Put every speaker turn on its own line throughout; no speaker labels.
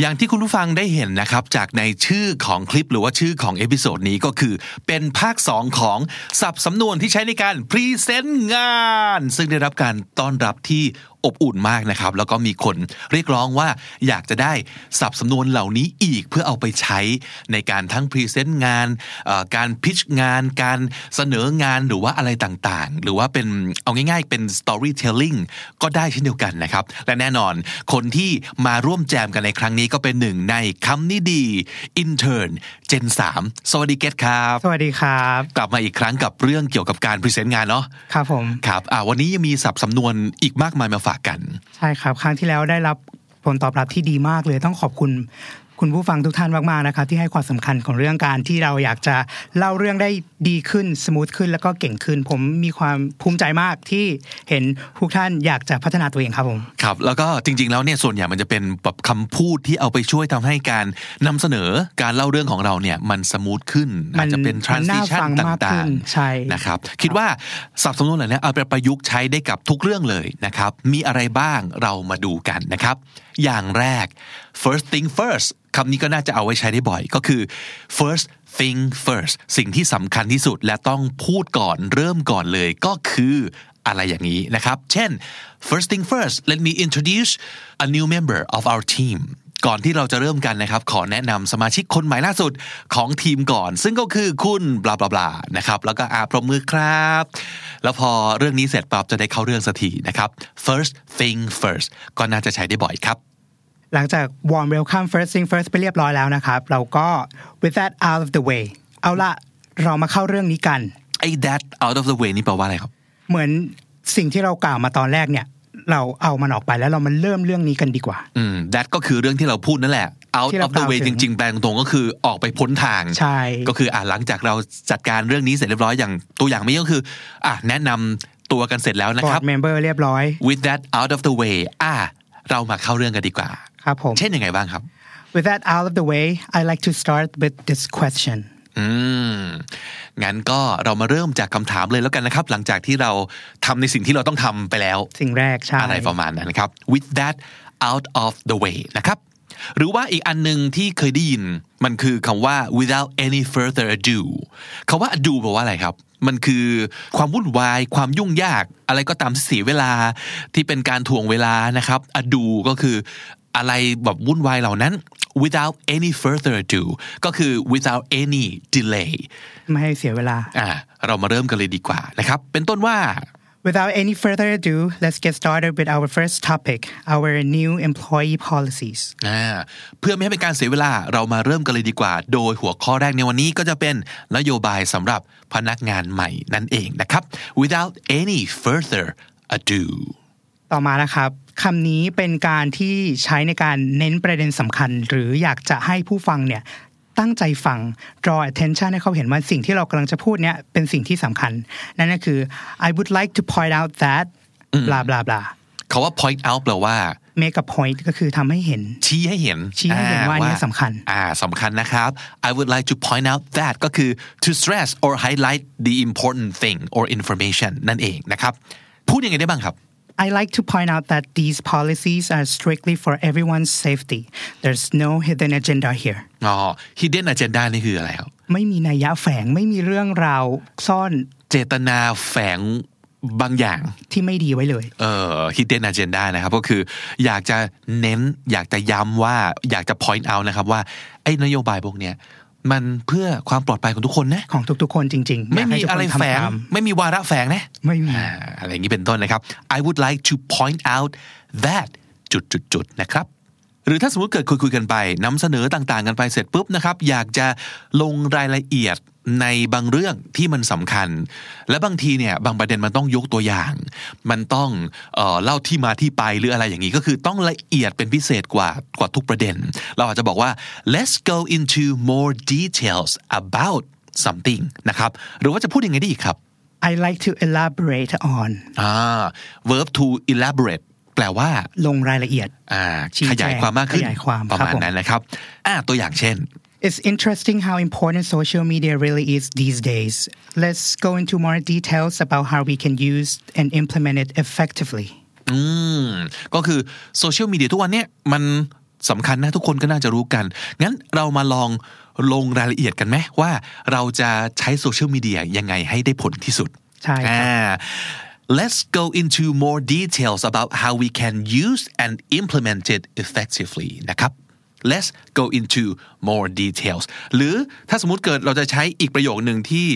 อย่างที่คุณผู้ฟังได้เห็นนะครับ จากในชื่อของคลิปหรือว่าชื่อของเอพิโซดนี้ก็คือ เป็นภาค 2 ของสับสำนวนที่ใช้ในการพรีเซนต์งาน ซึ่งได้รับการต้อนรับที่อบอุ่นมากนะครับ แล้วก็มีคนเรียกร้องว่าอยากจะได้สับสำนวนเหล่านี้อีกเพื่อเอาไปใช้ในการทั้งพรีเซนต์งานเอ่อการพิชงาน การเสนองานหรือว่าอะไรต่างๆ หรือว่าเป็นเอาง่ายๆ เป็น storytelling ก็ได้เช่นเดียวกันนะครับ และแน่นอนคนที่มาร่วมแจมกันในครั้งนี้ก็เป็นหนึ่งในคำนี้ดี intern Gen 3 สวัสดีเกตครับ
สวัสดีครับ
กลับมาอีกครั้งกับเรื่องเกี่ยวกับการพรีเซนต์งานเนาะ
ครับผม
ครับอ่าวันนี้ยังมีสับสำนวนอีกมากมายมาฝากกัน
ใช่ครับ ครั้งที่แล้วได้รับผลตอบรับที่ดีมากเลย ต้องขอบคุณคุณผู้ฟังทุกท่านมากๆนะครับ ที่ให้ความสำคัญของเรื่องการที่เราอยากจะเล่าเรื่องได้ดีขึ้นสมูทขึ้นแล้วก็เก่งขึ้น ผมมีความภูมิใจมากที่เห็นทุกท่านอยากจะพัฒนาตัวเองครับผม
ครับแล้วก็จริงๆแล้วเนี่ยส่วนใหญ่มันจะเป็นแบบคำพูดที่เอาไปช่วยทำให้การนำเสนอการเล่าเรื่องของเราเนี่ยมันสมูทขึ้น
มั
อาจ
น
จะเป็น
มันน่า
transition
ฟัง
ต
มาก่
า
ขึ้
ง
นใช่
ๆนะครับคิดว่าสับสำนวนเหล่านี้เอาไปประยุกต์ใช้ได้กับทุกเรื่องเลยนะครับมีอะไรบ้างเรามาดูกันนะครับ อย่างแรก first thing first คำนี้ก็น่าจะเอาไว้ใช้ได้บ่อยก็คือ first thing first สิ่งที่สำคัญที่สุดและต้องพูดก่อนเริ่มก่อนเลยก็คือ อะไรอย่างนี้นะครับ เช่น first thing first let me introduce a new member of our team ก่อนที่เราจะเริ่มกันนะครับ ขอแนะนำสมาชิกคนใหม่ล่าสุดของทีมก่อน ซึ่งก็คือคุณบลาบลาบลานะครับ แล้วก็อาปรบมือครับ แล้วพอเรื่องนี้เสร็จปั๊บจะได้เข้าเรื่องสักทีนะครับ first thing first ก็น่าจะใช้ได้บ่อยครับ
หลังจาก warm welcome first thing first ไปเรียบร้อยแล้วนะครับ เราก็ with that out of the way เอาละเรามาเข้าเรื่องนี้กัน
ไอ้ that out of the way นี่แปลว่าอะไรครับ
เหมือนสิ่งที่เรากล่าวมาตอนแรกเนี่ย เราเอามันออกไปแล้วเรามันเริ่มเรื่องนี้กันดีกว่า
อืม that ก็คือเรื่องที่เราพูดนั่นแหละ out
ที่เรา
of the way
กล่าว
จ
ถึง
ริง ๆ แปลตรงๆก็คือออกไปพ้นทาง
ใช่
ก็คืออ่ะหลังจากเราจัดการเรื่องนี้เสร็จเรียบร้อยอย่างตัวอย่างไม่ก็คืออ่ะแนะนำตัวกันเสร็จแล้วนะครั
board
บ
member เรียบร้อย
with that out of the way อ่ะเรามาเข้าเรื่องกันดีกว่า
ครับผม
เช่นยังไงบ้างครับ
with that out of the way I like to start with this question
อืม งั้นก็เรามาเริ่มจากคำถามเลยแล้วกันนะครับ หลังจากที่เราทำในสิ่งที่เราต้องทำไปแล้ว
สิ่งแรกใช่
อะไรประมาณนั้นนะครับ with that out of the way นะครับ หรือว่าอีกอันหนึ่งที่เคยได้ยิน มันคือคำว่า without any further ado คำว่า ado แปลว่าอะไรครับ มันคือความวุ่นวาย ความยุ่งยาก อะไรก็ตามที่เสียเวลาที่เป็นการถ่วงเวลานะครับ ado ก็คืออะไรแบบวุ่นวายเหล่านั้น without any further ado ก็คือ without any delay
ไม่ให้เสียเวลา
อ่าเรามาเริ่มกันเลยดีกว่านะครับ เป็นต้นว่า
without any further ado let's get started with our first topic our new employee policies
อ่าเพื่อไม่ให้เป็นการเสียเวลาเรามาเริ่มกันเลยดีกว่า โดยหัวข้อแรกในวันนี้ก็จะเป็นนโยบายสำหรับพนักงานใหม่นั่นเองนะครับ without any further ado
ต่อมานะครับคำนี้เป็นการที่ใช้ในการเน้นประเด็นสำคัญ หรืออยากจะให้ผู้ฟังเนี่ยตั้งใจฟัง draw attention ให้เขาเห็นว่าสิ่งที่เรากำลังจะพูดเนี่ยเป็นสิ่งที่สำคัญ นั่นก็คือ I would like to point out that บลาบลาบลา
คาว่า point out แปลว่า
make a point ก็คือทำให้เห็น
ชี้ให้เห็น
ชี้ให้เห็นว่าอันเนี้ยสำคัญ
อ่าสำคัญนะครับ I would like to point out that ก็คือ to stress or highlight the important thing or information นั่นเองนะครับ พูดยังไงได้บ้างครับ
I like to point out that these policies are strictly for everyone's safety. There's no hidden agenda here.
อ๋อ hidden agenda นี่คืออะไรครับ
ไม่มีนัยยะแฝงไม่มีเรื่องราวซ่อน
เจตนาแฝงบางอย่าง
ที่ไม่ดีไว้เลย
เอ่อ hidden agenda นะครับ ก็คืออยากจะเน้นอยากจะย้ำว่าอยากจะ point out นะครับว่า ไอ้นโยบายพวกเนี้ยมันเพื่อความปลอดภัยของทุกคนนะ
ของทุกๆคนจริงๆ
ไม่มี
ยาก
อะไร
ให้ทุกคน
แฝง
ทำตาม
ไม่มีวาระแฝงนะ
ไม่มี
อ่าอะไรอย่างนี้เป็นต้นนะครับ I would like to point out that จุดจุดจุดๆๆนะครับ หรือถ้าสมมติเกิดคุยคุยๆกันไปนำเสนอต่างๆ กันไปเสร็จปุ๊บนะครับ อยากจะลงรายละเอียดในบางเรื่องที่มันสำคัญ และบางทีเนี่ยบางประเด็นมันต้องยกตัวอย่าง มันต้องเออเล่าที่มาที่ไปหรืออะไรอย่างนี้ก็คือต้องละเอียดเป็นพิเศษกว่ากว่าทุกประเด็น เราอาจจะบอกว่า let's go into more details about something นะครับ หรือว่าจะพูดยังไงได้อีกครับ
I like to elaborate on
อ่า verb to elaborate แปลว่า
ลงรายละเอียด
อ่า
ชี้
ข
แจง
ยายความมากขึ้น
ขยายความ
ประมา
ครั
ณ
บผม
นั้นนะครับ อ่า ตัวอย่างเช่น
It's interesting how important social media really is these days. Let's go into more details about how we can use and implement it effectively.
อืม ก็คือโซเชียลมีเดียทุกวันเนี้ยมันสำคัญนะทุกคนก็น่าจะรู้กัน งั้นเรามาลองลงรายละเอียดกันไหมว่าเราจะใช้โซเชียลมีเดียยังไงให้ได้ผลที่สุด
ใช่ครับ
อ่า Let's go into more details about how we can use and implement it effectively นะครับ Let's go into more details หรือถ้าสมมุติเกิดเราจะใช้อีกประโยคหนึ่งที่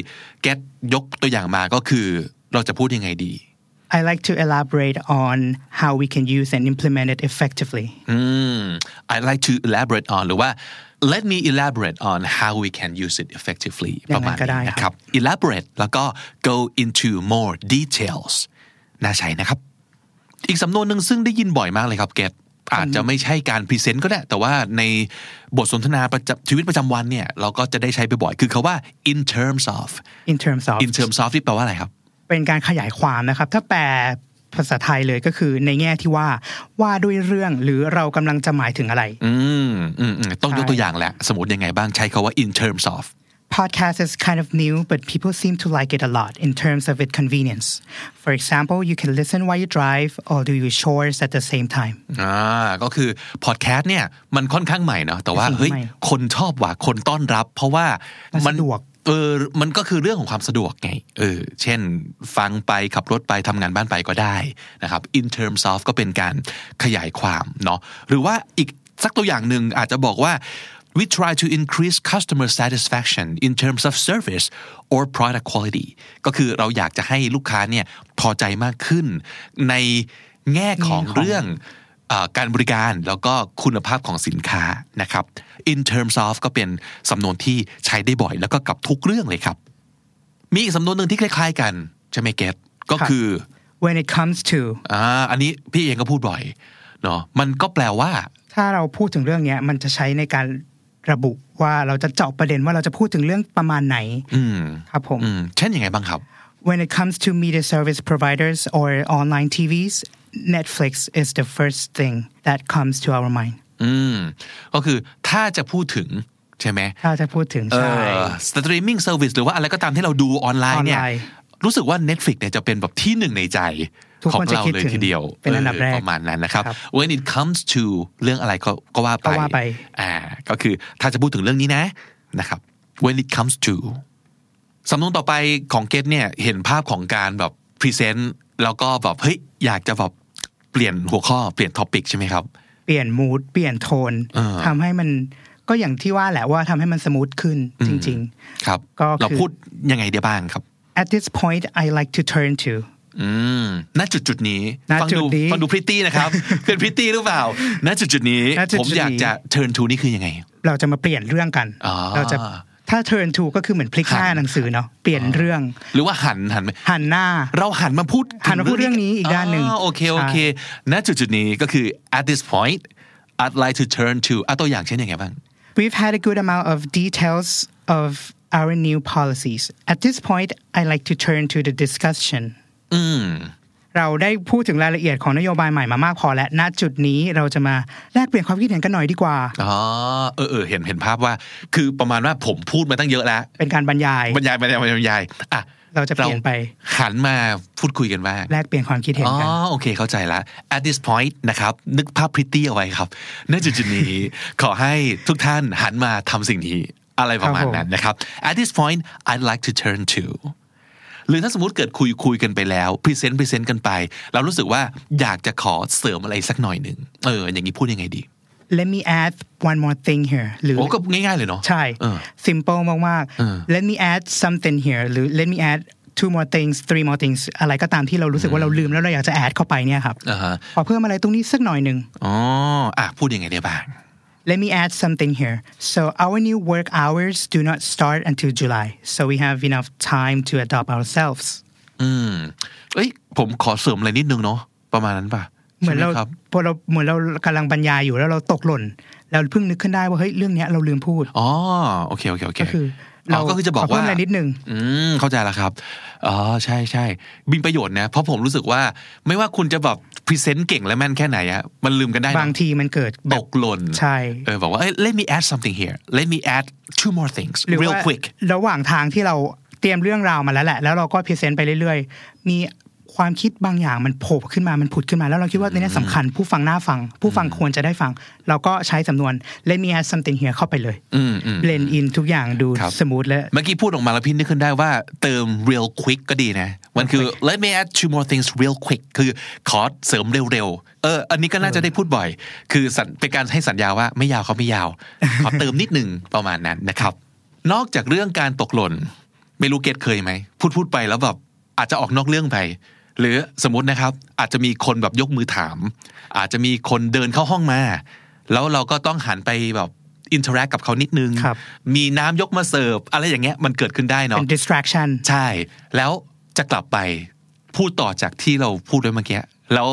get ยกตัวอย่างมาก็คือเราจะพูดยังไงดี
I like to elaborate on how we can use and implement it effectively.
อืม I'd like to elaborate on หรือว่า let me elaborate on how we can use it effectively
ยั
ประ
งไง
มาณ
ก็ได้
นี้
ครับ
นะครับ elaborate แล้วก็ go into more details น่าใช้นะครับ อีกสำนวนหนึ่งซึ่งได้ยินบ่อยมากเลยครับเกตอาจจะไม่ใช่การพรีเซนต์ก็ได้ แต่ว่าในบทสนทนาประจำชีวิตประจำวันเนี่ย เราก็จะได้ใช้บ่อยๆคือคาว่า in terms of
In terms of
in terms of ที่แปลว่าอะไรครับ
เป็นการขยายความนะครับ ถ้าแปลภาษาไทยเลยก็คือในแง่ที่ว่าว่าด้วยเรื่องหรือเรากำลังจะหมายถึงอะไร
อืมอืมอืมต้องยก
ใช่
ตัวอย่างแหละ สมมติยังไงบ้างใช้คาว่า in terms of
Podcast is kind of new, but people seem to like it a lot in terms of its convenience. For example, you can listen while you drive or do your chores at the same time.
อ่าก็คือพอดแคสต์เนี่ยมันค่อนข้างใหม่เนาะแต่ว่า
เป็นสิ่ง
เฮ้ย
ใหม่
คนชอบว่ะคนต้อนรับ เพราะว่า
มัน
มั
สะดวก
เออมันก็คือเรื่องของความสะดวกไงเออเช่นฟังไปขับรถไปทำงานบ้านไปก็ได้นะครับ in terms of ก็เป็นการขยายความเนาะหรือว่าอีกสักตัวอย่างหนึ่งอาจจะบอกว่า we try to increase customer satisfaction in terms of service or product quality ก็คือเราอยากจะให้ลูกค้าเนี่ยพอใจมากขึ้น ในแง่ของเรื่อง เอ่อการบริการแล้วก็คุณภาพของสินค้านะครับ in terms of ก็เป็นสำนวนที่ใช้ได้บ่อย แล้วก็กับทุกเรื่องเลยครับ มีอีกสำนวนหนึ่งที่คล้าย ๆ กัน ใช่ไหมเกตก็คือ
When it comes to
อ่าอันนี้พี่เองก็พูดบ่อยเนาะมันก็แปลว่า
ถ้าเราพูดถึงเรื่องเนี้ยมันจะใช้ในการระบุว่าเราจะเจาะประเด็นว่าเราจะพูดถึงเรื่องประมาณไหน
อืม
ครับผม
อืมเช่นยังไงบ้างครับ
When it comes to media service providers or online TVs Netflix is the first thing that comes to our mind
อืม ก็คือถ้าจะพูดถึงใช่ไหม
ถ้าจะพูดถึงใช่
สตรีมมิ่งเซอร์วิสหรือว่าอะไรก็ตามที่เราดูออนไลน์เนี่ย
ออนไลน์
รู้สึกว่า Netflix เนี่ยจะเป็นแบบที่หนึ่งในใจ
ทุก
ของ
คนจะ
เรา
คิด
เลย
ถึง
ทีเดียว
เป็นอันดับแรก
ประมาณนั้นนะครับ
ครับ
when it comes to เรื่องอะไรก็ก็ว่าไป
ก็ว่าไป
อ่าก็คือถ้าจะพูดถึงเรื่องนี้นะนะครับ when it comes to สำนวนต่อไปของเกตเนี่ยเห็นภาพของการแบบพรีเซนต์แล้วก็แบบเฮ้ยอยากจะแบบเปลี่ยนหัวข้อเปลี่ยนท็อปิกใช่ไหมครับ
เปลี่ยนมูดเปลี่ยนโทน
อ่า
ทำให้มันก็อย่างที่ว่าแหละว่าทำให้มันสมูทขึ้นจริง
ครับ
ก็คือ
เราพูดยังไงได้บ้างครับ
ๆ At this point I like to turn to
อืมณจุดจุดๆนี้
ณ
ฟั
จุ
ดู
ดนี้
ฟังดูพริตตี้ นะครับ เป็นพริตตี้หรือเปล่าณจุดจุดๆนี้
ณจุดๆนี้
ผมอยากจะ turn to นี่คือยังไง
เราจะมาเปลี่ยนเรื่องกัน
อ๋อ
เราจะถ้า turn to ก็คือเหมือนพลิกหน้าหนังสือเนาะเปลี่ยนเรื่อง
หรือว่าหันหันไป
หันหน้า
เราหันมาพูดถึ
หันมาพูดเรื่องนี้อีกด้านหนึ่ง
โอเค โอเค ณจุดจุดๆนี้ก็คือ at this point I'd like to turn to อ่ะตัวอย่างเช่นยังไงบ้าง
We've had a good amount of details of our new policies. At this point, I like to turn to the discussion. เราได้พูดถึงรายละเอียดของนโยบายใหม่มามากพอและณจุดนี้เราจะมาแลกเปลี่ยนความคิดเห็นกันหน่อยดีกว่า
อ๋อ เออเออเห็นเห็นภาพว่า คือประมาณว่าผมพูดมาตั้งเยอะแล้ว
เป็นการบรรยาย
บรรยายบรรยายบรรยายบรรยายอ่ะ
เราจะเปลี่ยนไป
หันมาพูดคุยกันบ้าง
แลกเปลี่ยนความคิดเห็น
อ๋อ
กัน
โอเคเข้าใจละ at this point นะครับ นึกภาพพริตตี้เอาไว้ครับณจุดจุดๆนี้ ขอให้ทุกท่านหันมาทำสิ่งนี้ อะไรประมาณ
ครับผม
นั้นนะครับ at this point I'd like to turn to หรือถ้าสมมติเกิดคุยคุยกันไปแล้วพรีเซนต์พรีเซนต์กันไป เรารู้สึกว่าอยากจะขอเสริมอะไรสักหน่อยหนึ่งเออ อย่างนี้พูดยังไงดี
Let me add one more thing here หรือ
โอ้ก็ง่ายๆเลยเนาะ
ใช่
เออ
simple มาก
เออ
ๆ Let me add something here หรือ Let me add two more things three more things อะไรก็ตามที่เรารู้สึกว่าเราลืมแล้วเราอยากจะ add เข้าไปเนี่ยครับ
อ่าฮะ
ขอเพิ่มอะไรตรงนี้สักหน่อยหนึ่ง
อ๋ออ่ะพูดยังไงได้บ้าง
Let me add something here. So our new work hours do not start until July, so we have enough time to adopt ourselves.
อืมเอ้ยผมขอเสริมอะไรนิดนึงเนาะประมาณนั้นป่ะ
เหมือนเรา
ใช่ไครับ
พอเราเหมือนเรากำลังบรรยายอยู่แล้วเราตกหล่น เราเพิ่งนึกขึ้นได้ว่าเฮ้ยเรื่องเนี้ยเราลืมพูด
อ๋อโอเคโอเคโอเค
ก็คือ
อ๋อก็คือจะบอก
ขเพิ่ม
ว่า
อะไรนิดนึง
อืมเข้าใจแล้วครับ อ๋อใช่ใช่มีประโยชน์นะ เพราะผมรู้สึกว่าไม่ว่าคุณจะแบบพรีเซนต์เก่งและแม่นแค่ไหนอะมันลืมกันได้นะ
บางทีมันเกิดแบ
ต
บ
กหล่น
ใช่
เออบอกว่าเอ้ย let me add something here let me add two more things
หรือ
real
ว่า
quick
ระหว่างทางที่เราเตรียมเรื่องราวมาแล้วแหละ แล้วเราก็พรีเซนต์ไปเรื่อยๆ มีความคิดบางอย่างมันโผล่ขึ้นมา มันผุดขึ้นมา แล้วเราคิดว่าในนี้สำคัญ ผู้ฟังน่าฟัง ผู้ฟังควรจะได้ฟัง เราก็ใช้สำนวน let me add something here เข้าไปเลย
อืมอืม
blend in ทุกอย่างดู
ครับ
สมูทและ
เมื่อกี้พูดออกมาแล้วพี่นึกขึ้นได้ว่าเติม real quick ก็ดีนะ มันคือ let me add two more things real quick คือขอเสริมเร็วๆ เออ อันนี้ก็น่าจะได้พูดบ่อย คือสัญเป็นการให้สัญญาว่าไม่ยาวเขาไม่ยาว ขอเติมนิดหนึ่งประมาณนั้นนะครับ นอกจากเรื่องการตกหล่น ไม่รู้เกตเคยไหม พูดพูดไปแล้วแบบอาจจะออกนอกเรื่องไป หรือสมมตินะครับ อาจจะมีคนแบบยกมือถาม อาจจะมีคนเดินเข้าห้องมา แล้วเราก็ต้องหันไปแบบอินเทอร์แอคกับเขานิดนึง
ครับ
มีน้ำยกมาเสิร์ฟอะไรอย่างเงี้ยมันเกิดขึ้นได้เนาะ
เป็น distraction
ใช่ แล้วจะกลับไปพูดต่อจากที่เราพูดไว้เมื่อกี้แล้ว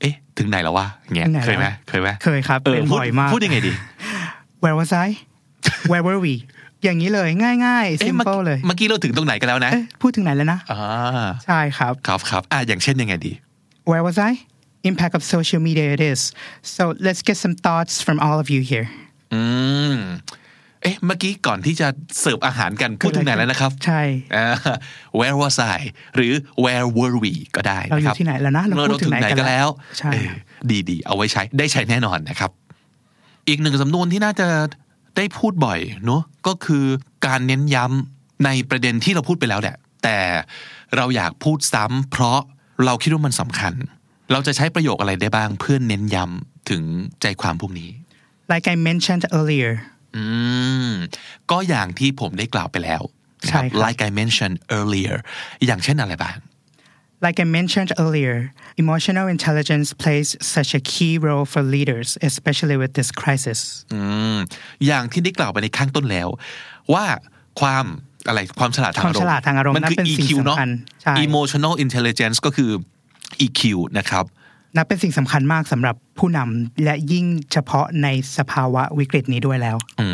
เอ๊ะ ถึงไหนแล้ววะอย่างเงี้ย
ถึงไหน
เคยไหม
แล้ว
เคยไหม
เคยครับ
เอ
เป็
อน พูด
บ่อยมาก
พูดยังไงดี
where was I where were we อย่างนี้เลยง่ายๆ
เอ๊ะเมื่อ
simple เลย
เมื่อกี้เราถึงตรงไหนกันแล้วนะ
เอ๊ะพูดถึงไหนแล้วนะ
อ่า
ใช่ครับ
ครับครับอ่ะอย่างเช่นยังไงดี
where was I? Impact of social media it is. So let's get some thoughts from all of you here.
อืมเอ๊ะเมื่อกี้ก่อนที่จะเสิร์ฟอาหารกันพูดถึงไหนแล้วนะครับ
ใช่
อ่า where was I หรือ where were we ก็ได้
เราอ
นะค
ยู่
รับ
ที่ไหนแล้วนะเรา
เรา
พูดถึ
ถึง
งไหน
ไหน
กั
กัน
นแล้
แล้ว
วใช่
เออดีดีเอาไว้ใช้ได้ใช้แน่นอนนะครับ อีกหนึ่งสำนวนที่น่าจะได้พูดบ่อยเนอะก็คือการเน้นย้ำในประเด็นที่เราพูดไปแล้วแหละ แต่เราอยากพูดซ้ำเพราะเราคิดว่ามันสำคัญ เราจะใช้ประโยคอะไรได้บ้าง เพื่อเน้นย้ำถึงใจความพวกนี้
Like I mentioned earlier
อืมก็อย่างที่ผมได้กล่าวไปแล้วนะครับ
ใช่ครับ
like I mentioned earlier อย่างเช่นอะไรบ้าง
Like I mentioned earlier, emotional intelligence plays such a key role for leaders, especially with this crisis.
อืมอย่างที่ได้กล่าวไปในข้างต้นแล้ว ว่าความอะไรความฉลาดทางอารมณ์
ความฉลาดทางอารมณ์
มันคือ
นั้นเป็นสิ่
EQ
งสำคัญ
เนาะ
ใช่
emotional intelligence ก็คือ EQ นะครับ
นับเป็นสิ่งสำคัญมากสำหรับผู้นำและยิ่งเฉพาะในสภาวะวิกฤตนี้ด้วยแล้ว
อื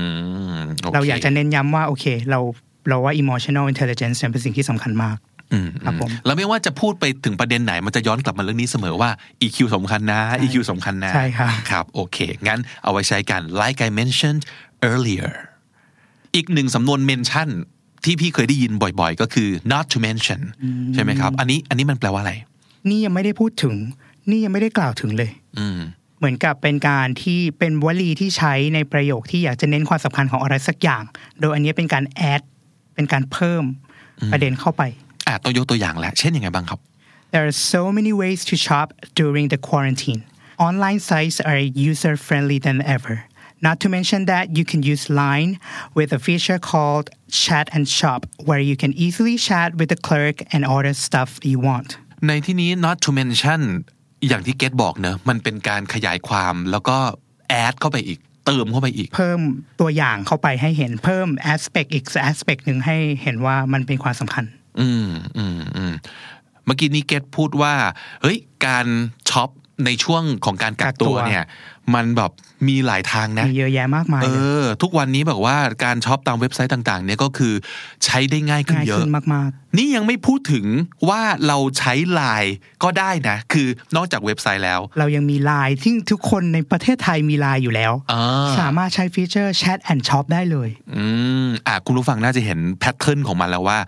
มโค
เราอยากจะเน้นย้ำว่า โอเค เราเราว่า emotional intelligence เนี่ยเป็นสิ่งที่สำคัญมาก
อืม
ครับผม
แล้วไม่ว่าจะพูดไปถึงประเด็นไหน มันจะย้อนกลับมาเรื่องนี้เสมอว่า EQ สำคัญนะ EQ สำคัญนะ
ใช่ครับ
ครับ โอเค งั้นเอาไว้ใช้กัน like I mentioned earlier อีกหนึ่งสำนวน mention ที่พี่เคยได้ยินบ่อยๆ ก็คือ not to mention ใช่ไหมครับ อันนี้อันนี้มันแปลว่าอะไร
นี่ยังไม่ได้พูดถึง นี่ยังไม่ได้กล่าวถึงเลย
อืม
เหมือนกับเป็นการที่เป็นวลีที่ใช้ในประโยคที่อยากจะเน้นความสำคัญของอะไรสักอย่าง โดยอันนี้เป็นการแอดเป็นการเพิ่มประเด็นเข้าไป
อ่ะต้องยกตัวอย่างแหละ เช่นยังไงบ้างครับ
There are so many ways to shop during the quarantine. Online sites are user friendly than ever. Not to mention that you can use Line with a feature called Chat and Shop, where you can easily chat with the clerk and order stuff you want.
ในที่นี้ not to mention อย่างที่เกตบอกเนอะมันเป็นการขยายความแล้วก็แอดเข้าไปอีก เติมเข้าไปอีก
เพิ่มตัวอย่างเข้าไปให้เห็นเพิ่ม aspect อีก aspect หนึ่งให้เห็นว่ามันเป็นความสำคัญ
อืมอืมอืมเมื่อกี้นี้เกตพูดว่า เฮ้ย การช็อปในช่วงของการกักตัว
กักตัว
เนี่ย มันแบบมีหลายทางนะ
มีเยอะแยะมากมาย
เอ
เลย
อ ทุกวันนี้แบบว่าการช็อปตามเว็บไซต์ต่างๆ เนี่ยก็คือใช้ได้ง่ายขึ้น
ง่าย
เยอะ
ขึ้นมาก
นี่ยังไม่พูดถึงว่าเราใช้ไลน์ก็ได้นะ คือนอกจากเว็บไซต์แล้ว
ๆ เรายังมีไลน์ที่ทุกคนในประเทศไทยมีไลน์อยู่แล้ว
อ่า
สามารถใช้ฟีเจอร์ Chat and Shop ได้เลย
อืมอ่ะคุณผู้ฟังน่าจะเห็นแพทเทิร์นของมันแล้วว่า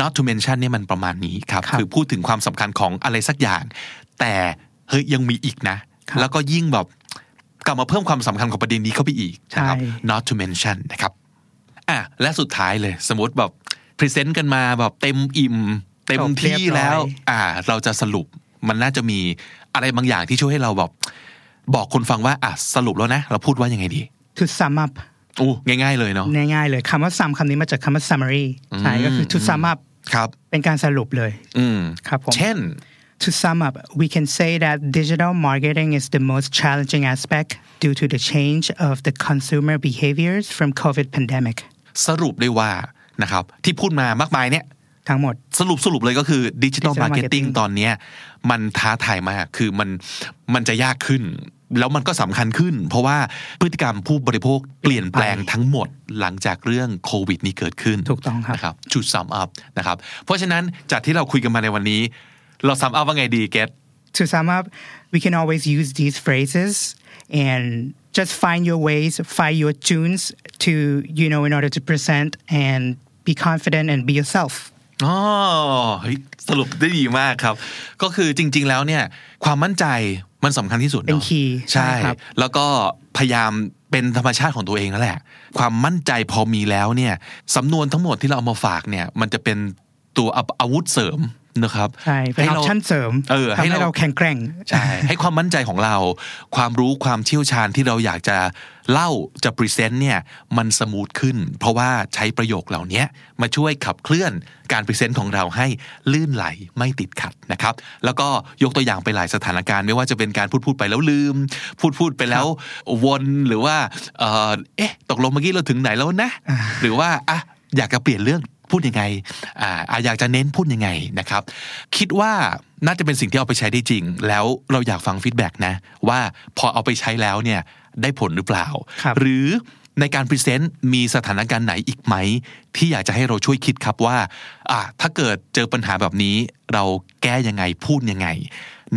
not to mention เนี่ยมันประมาณนี้ครับ
ครับ
คือพูดถึงความสำคัญของอะไรสักอย่าง แต่เฮ้ยยังมีอีกนะ
ครับ
แล้วก็ยิ่งแบบกลับมาเพิ่มความสำคัญของประเด็นนี้เข้าไปอีกนะครับ
ใช่
not to mention นะครับอ่ะและสุดท้ายเลย สมมติแบบพรีเซนต์กันมาแบบเต็มอิ่ม เต็ม
จบเรียบ
ที่
ร้อย
แล้ว อ่า เราจะสรุปมันน่าจะมีอะไรบางอย่างที่ช่วยให้เราแบบบอกคนฟังว่าอ่ะสรุปแล้วนะ เราพูดว่ายังไงดี
To sum up
อู้ง่าย ๆเลยเนาะ
ง่ายๆเลยคำว่า sum คำนี้มาจากคำว่า summary ใช่ก็คือ to sum up
ครับ
เป็นการสรุปเลย
อืม
ครับผม
เช่น
To sum up, we can say that digital marketing is the most challenging aspect due to the change of the consumer behaviors from COVID pandemic.
สรุปได้ว่านะครับที่พูดมามากมายเนี่ย
ทั้งหมด
สรุปสรุปเลยก็คือดิจิ
Digital
ทัลมาร์เก็ตติ้ง
marketing
ตอนเนี้ยมันท้าทายมากคือมันมันจะยากขึ้น
แล้วมันก็สำคัญขึ้น เพราะว่าพฤติกรรมผู้บริโภคเปลี่ยนแปลงทั้งหมดหลังจากเรื่องโควิดนี้เกิดขึ้น
ถูกต้องครับ
นะครับจุดซัมอัพนะครับเพราะฉะนั้นจากที่เราคุยกันมาในวันนี้ เราซัมอัพว่าไงดีเกต
to sum up, we can always use these phrases and just find your ways, find your tunes to, you know, in order to present and be confident and be yourself.
อ๋อเฮ้ยสรุปได้ดีมากครับ ก็คือจริง ๆ แล้วเนี่ย ความมั่นใจมันสำคัญที่สุดอะ
เป็น key
ใช่
ใช่ครับ
แล้วก็พยายามเป็นธรรมชาติของตัวเองนั่นแหละ ความมั่นใจพอมีแล้วเนี่ยสำนวนทั้งหมดที่เราเอามาฝากเนี่ย มันจะเป็นตัวอาอาวุธเสริมนะครับ
ใช่เป็นออปชั่นเสริม
เออ
ทำให้เราแข็งแกร่ง
ใช่ให้ความมั่นใจของเรา ความรู้ความเชี่ยวชาญที่เราอยากจะเล่าจะพรีเซนต์เนี่ยมันสมูทขึ้น เพราะว่าใช้ประโยคเหล่านี้มาช่วยขับเคลื่อนการพรีเซนต์ของเราให้ลื่นไหลไม่ติดขัดนะครับ แล้วก็ยกตัวอย่างไปหลายสถานการณ์ไม่ว่าจะเป็นการพูดพูดไปแล้วลืม พูดพูดไปแล้ววนหรือว่าเอ่อเอ๊ะตกลงเมื่อกี้เราถึงไหนแล้วนะ หรือว่าอ่ะอยากจะเปลี่ยนเรื่องพูดยังไงอ่าอ่ะอยากจะเน้นพูดยังไงนะครับ คิดว่าน่าจะเป็นสิ่งที่เอาไปใช้ได้จริง แล้วเราอยากฟังฟีดแบ็กนะ ว่าพอเอาไปใช้แล้วเนี่ยได้ผลหรือเปล่า
ครับ
หรือในการพรีเซนต์มีสถานการณ์ไหนอีกไหม ที่อยากจะให้เราช่วยคิดครับว่าอ่ะถ้าเกิดเจอปัญหาแบบนี้เราแก้ยังไงพูดยังไง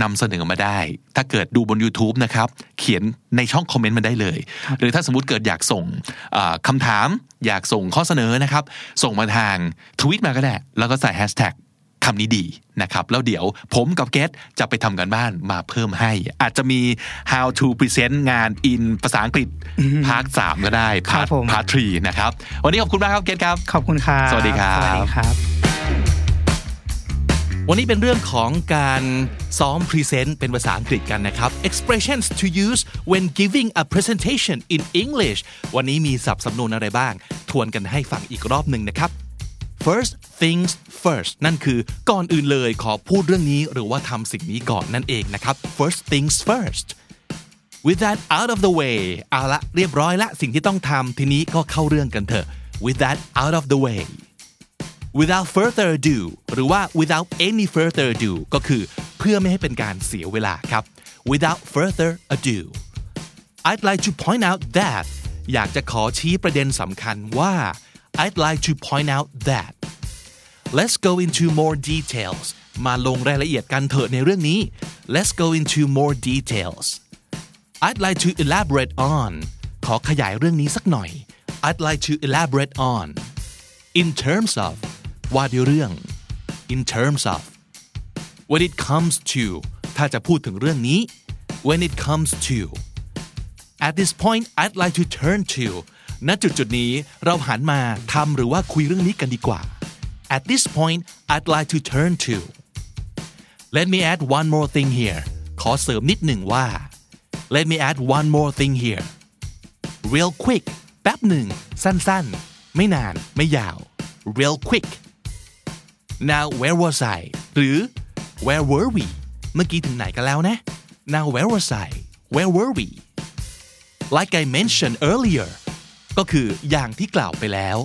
นำเสนอมาได้ ถ้าเกิดดูบน YouTube นะครับ เขียนในช่องคอมเมนต์มาได้เลย หรือถ้าสมมติเกิดอยากส่งอ่าคำถาม อยากส่งข้อเสนอนะครับ ส่งมาทางทวิตมาก็ได้ แล้วก็ใส่แฮชแท็ก คำนี้ดีนะครับ แล้วเดี๋ยวผมกับเกตจะไปทำกันบ้านมาเพิ่มให้ อาจจะมี how to present งาน in ภาษาอังกฤษพาร์ทสามก็ได้พาร์ท
ครับผม
พาร์ททรีนะครับ วันนี้ขอบคุณมากครับเกตครับ
ขอบคุณครับ
สวัสดีครับ
สวัสดีครับ
วันนี้เป็นเรื่องของการซ้อม present เป็นภาษาอังกฤษกันนะครับ expressions to use when giving a presentation in English วันนี้มีศัพท์สำนวนอะไรบ้าง ทวนกันให้ฟังอีกรอบหนึ่งนะครับ first things first นั่นคือก่อนอื่นเลยขอพูดเรื่องนี้หรือว่าทำสิ่งนี้ก่อนนั่นเองนะครับ first things first with that out of the way เอาละเรียบร้อยละสิ่งที่ต้องทำทีนี้ก็เข้าเรื่องกันเถอะ with that out of the way without further ado หรือว่า without any further ado ก็คือเพื่อไม่ให้เป็นการเสียเวลาครับ without further ado I'd like to point out that อยากจะขอชี้ประเด็นสำคัญว่า I'd like to point out that let's go into more details มาลงรายละเอียดกันเถอะในเรื่องนี้ let's go into more details I'd like to elaborate on ขอขยายเรื่องนี้สักหน่อย I'd like to elaborate on in terms of ว่าด้วยเรื่อง in terms of when it comes to ถ้าจะพูดถึงเรื่องนี้ when it comes to at this point I'd like to turn to ณจุดจุดๆนี้เราหันมาทำหรือว่าคุยเรื่องนี้กันดีกว่า at this point I'd like to turn to let me add one more thing here ขอเสริมนิดหนึ่งว่า let me add one more thing here real quick แป๊บหนึ่ง สั้นๆ ไม่นานไม่ยาว real quick now where was I หรือ where were we เมื่อกี้ถึงไหนกันแล้วนะ now where was I where were we like I mentioned earlier ก็คืออย่างที่กล่าวไปแล้ว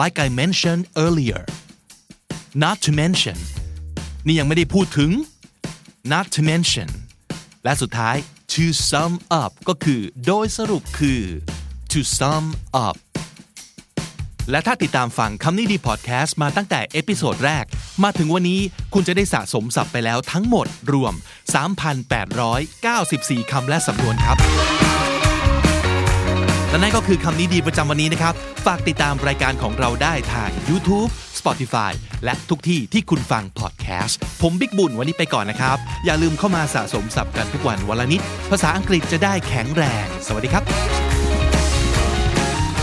like I mentioned earlier not to mention นี่ยังไม่ได้พูดถึง not to mention และสุดท้าย to sum up ก็คือโดยสรุปคือ to sum up และถ้าติดตามฟังคำนี้ดีพอดแคสต์มาตั้งแต่เอพิโซดแรก มาถึงวันนี้คุณจะได้สะสมศัพท์ไปแล้วทั้งหมดรวม 3,894 คำและสำนวนครับ และนั่นก็คือคำนี้ดีประจำวันนี้นะครับ ฝากติดตามรายการของเราได้ทาง YouTube Spotify และทุกที่ที่คุณฟังพอดแคสต์ ผมบิ๊กบุญวันนี้ไปก่อนนะครับ อย่าลืมเข้ามาสะสมศัพท์กันทุกวันวันละนิด ภาษาอังกฤษจะได้แข็งแรง สวัสดีครับ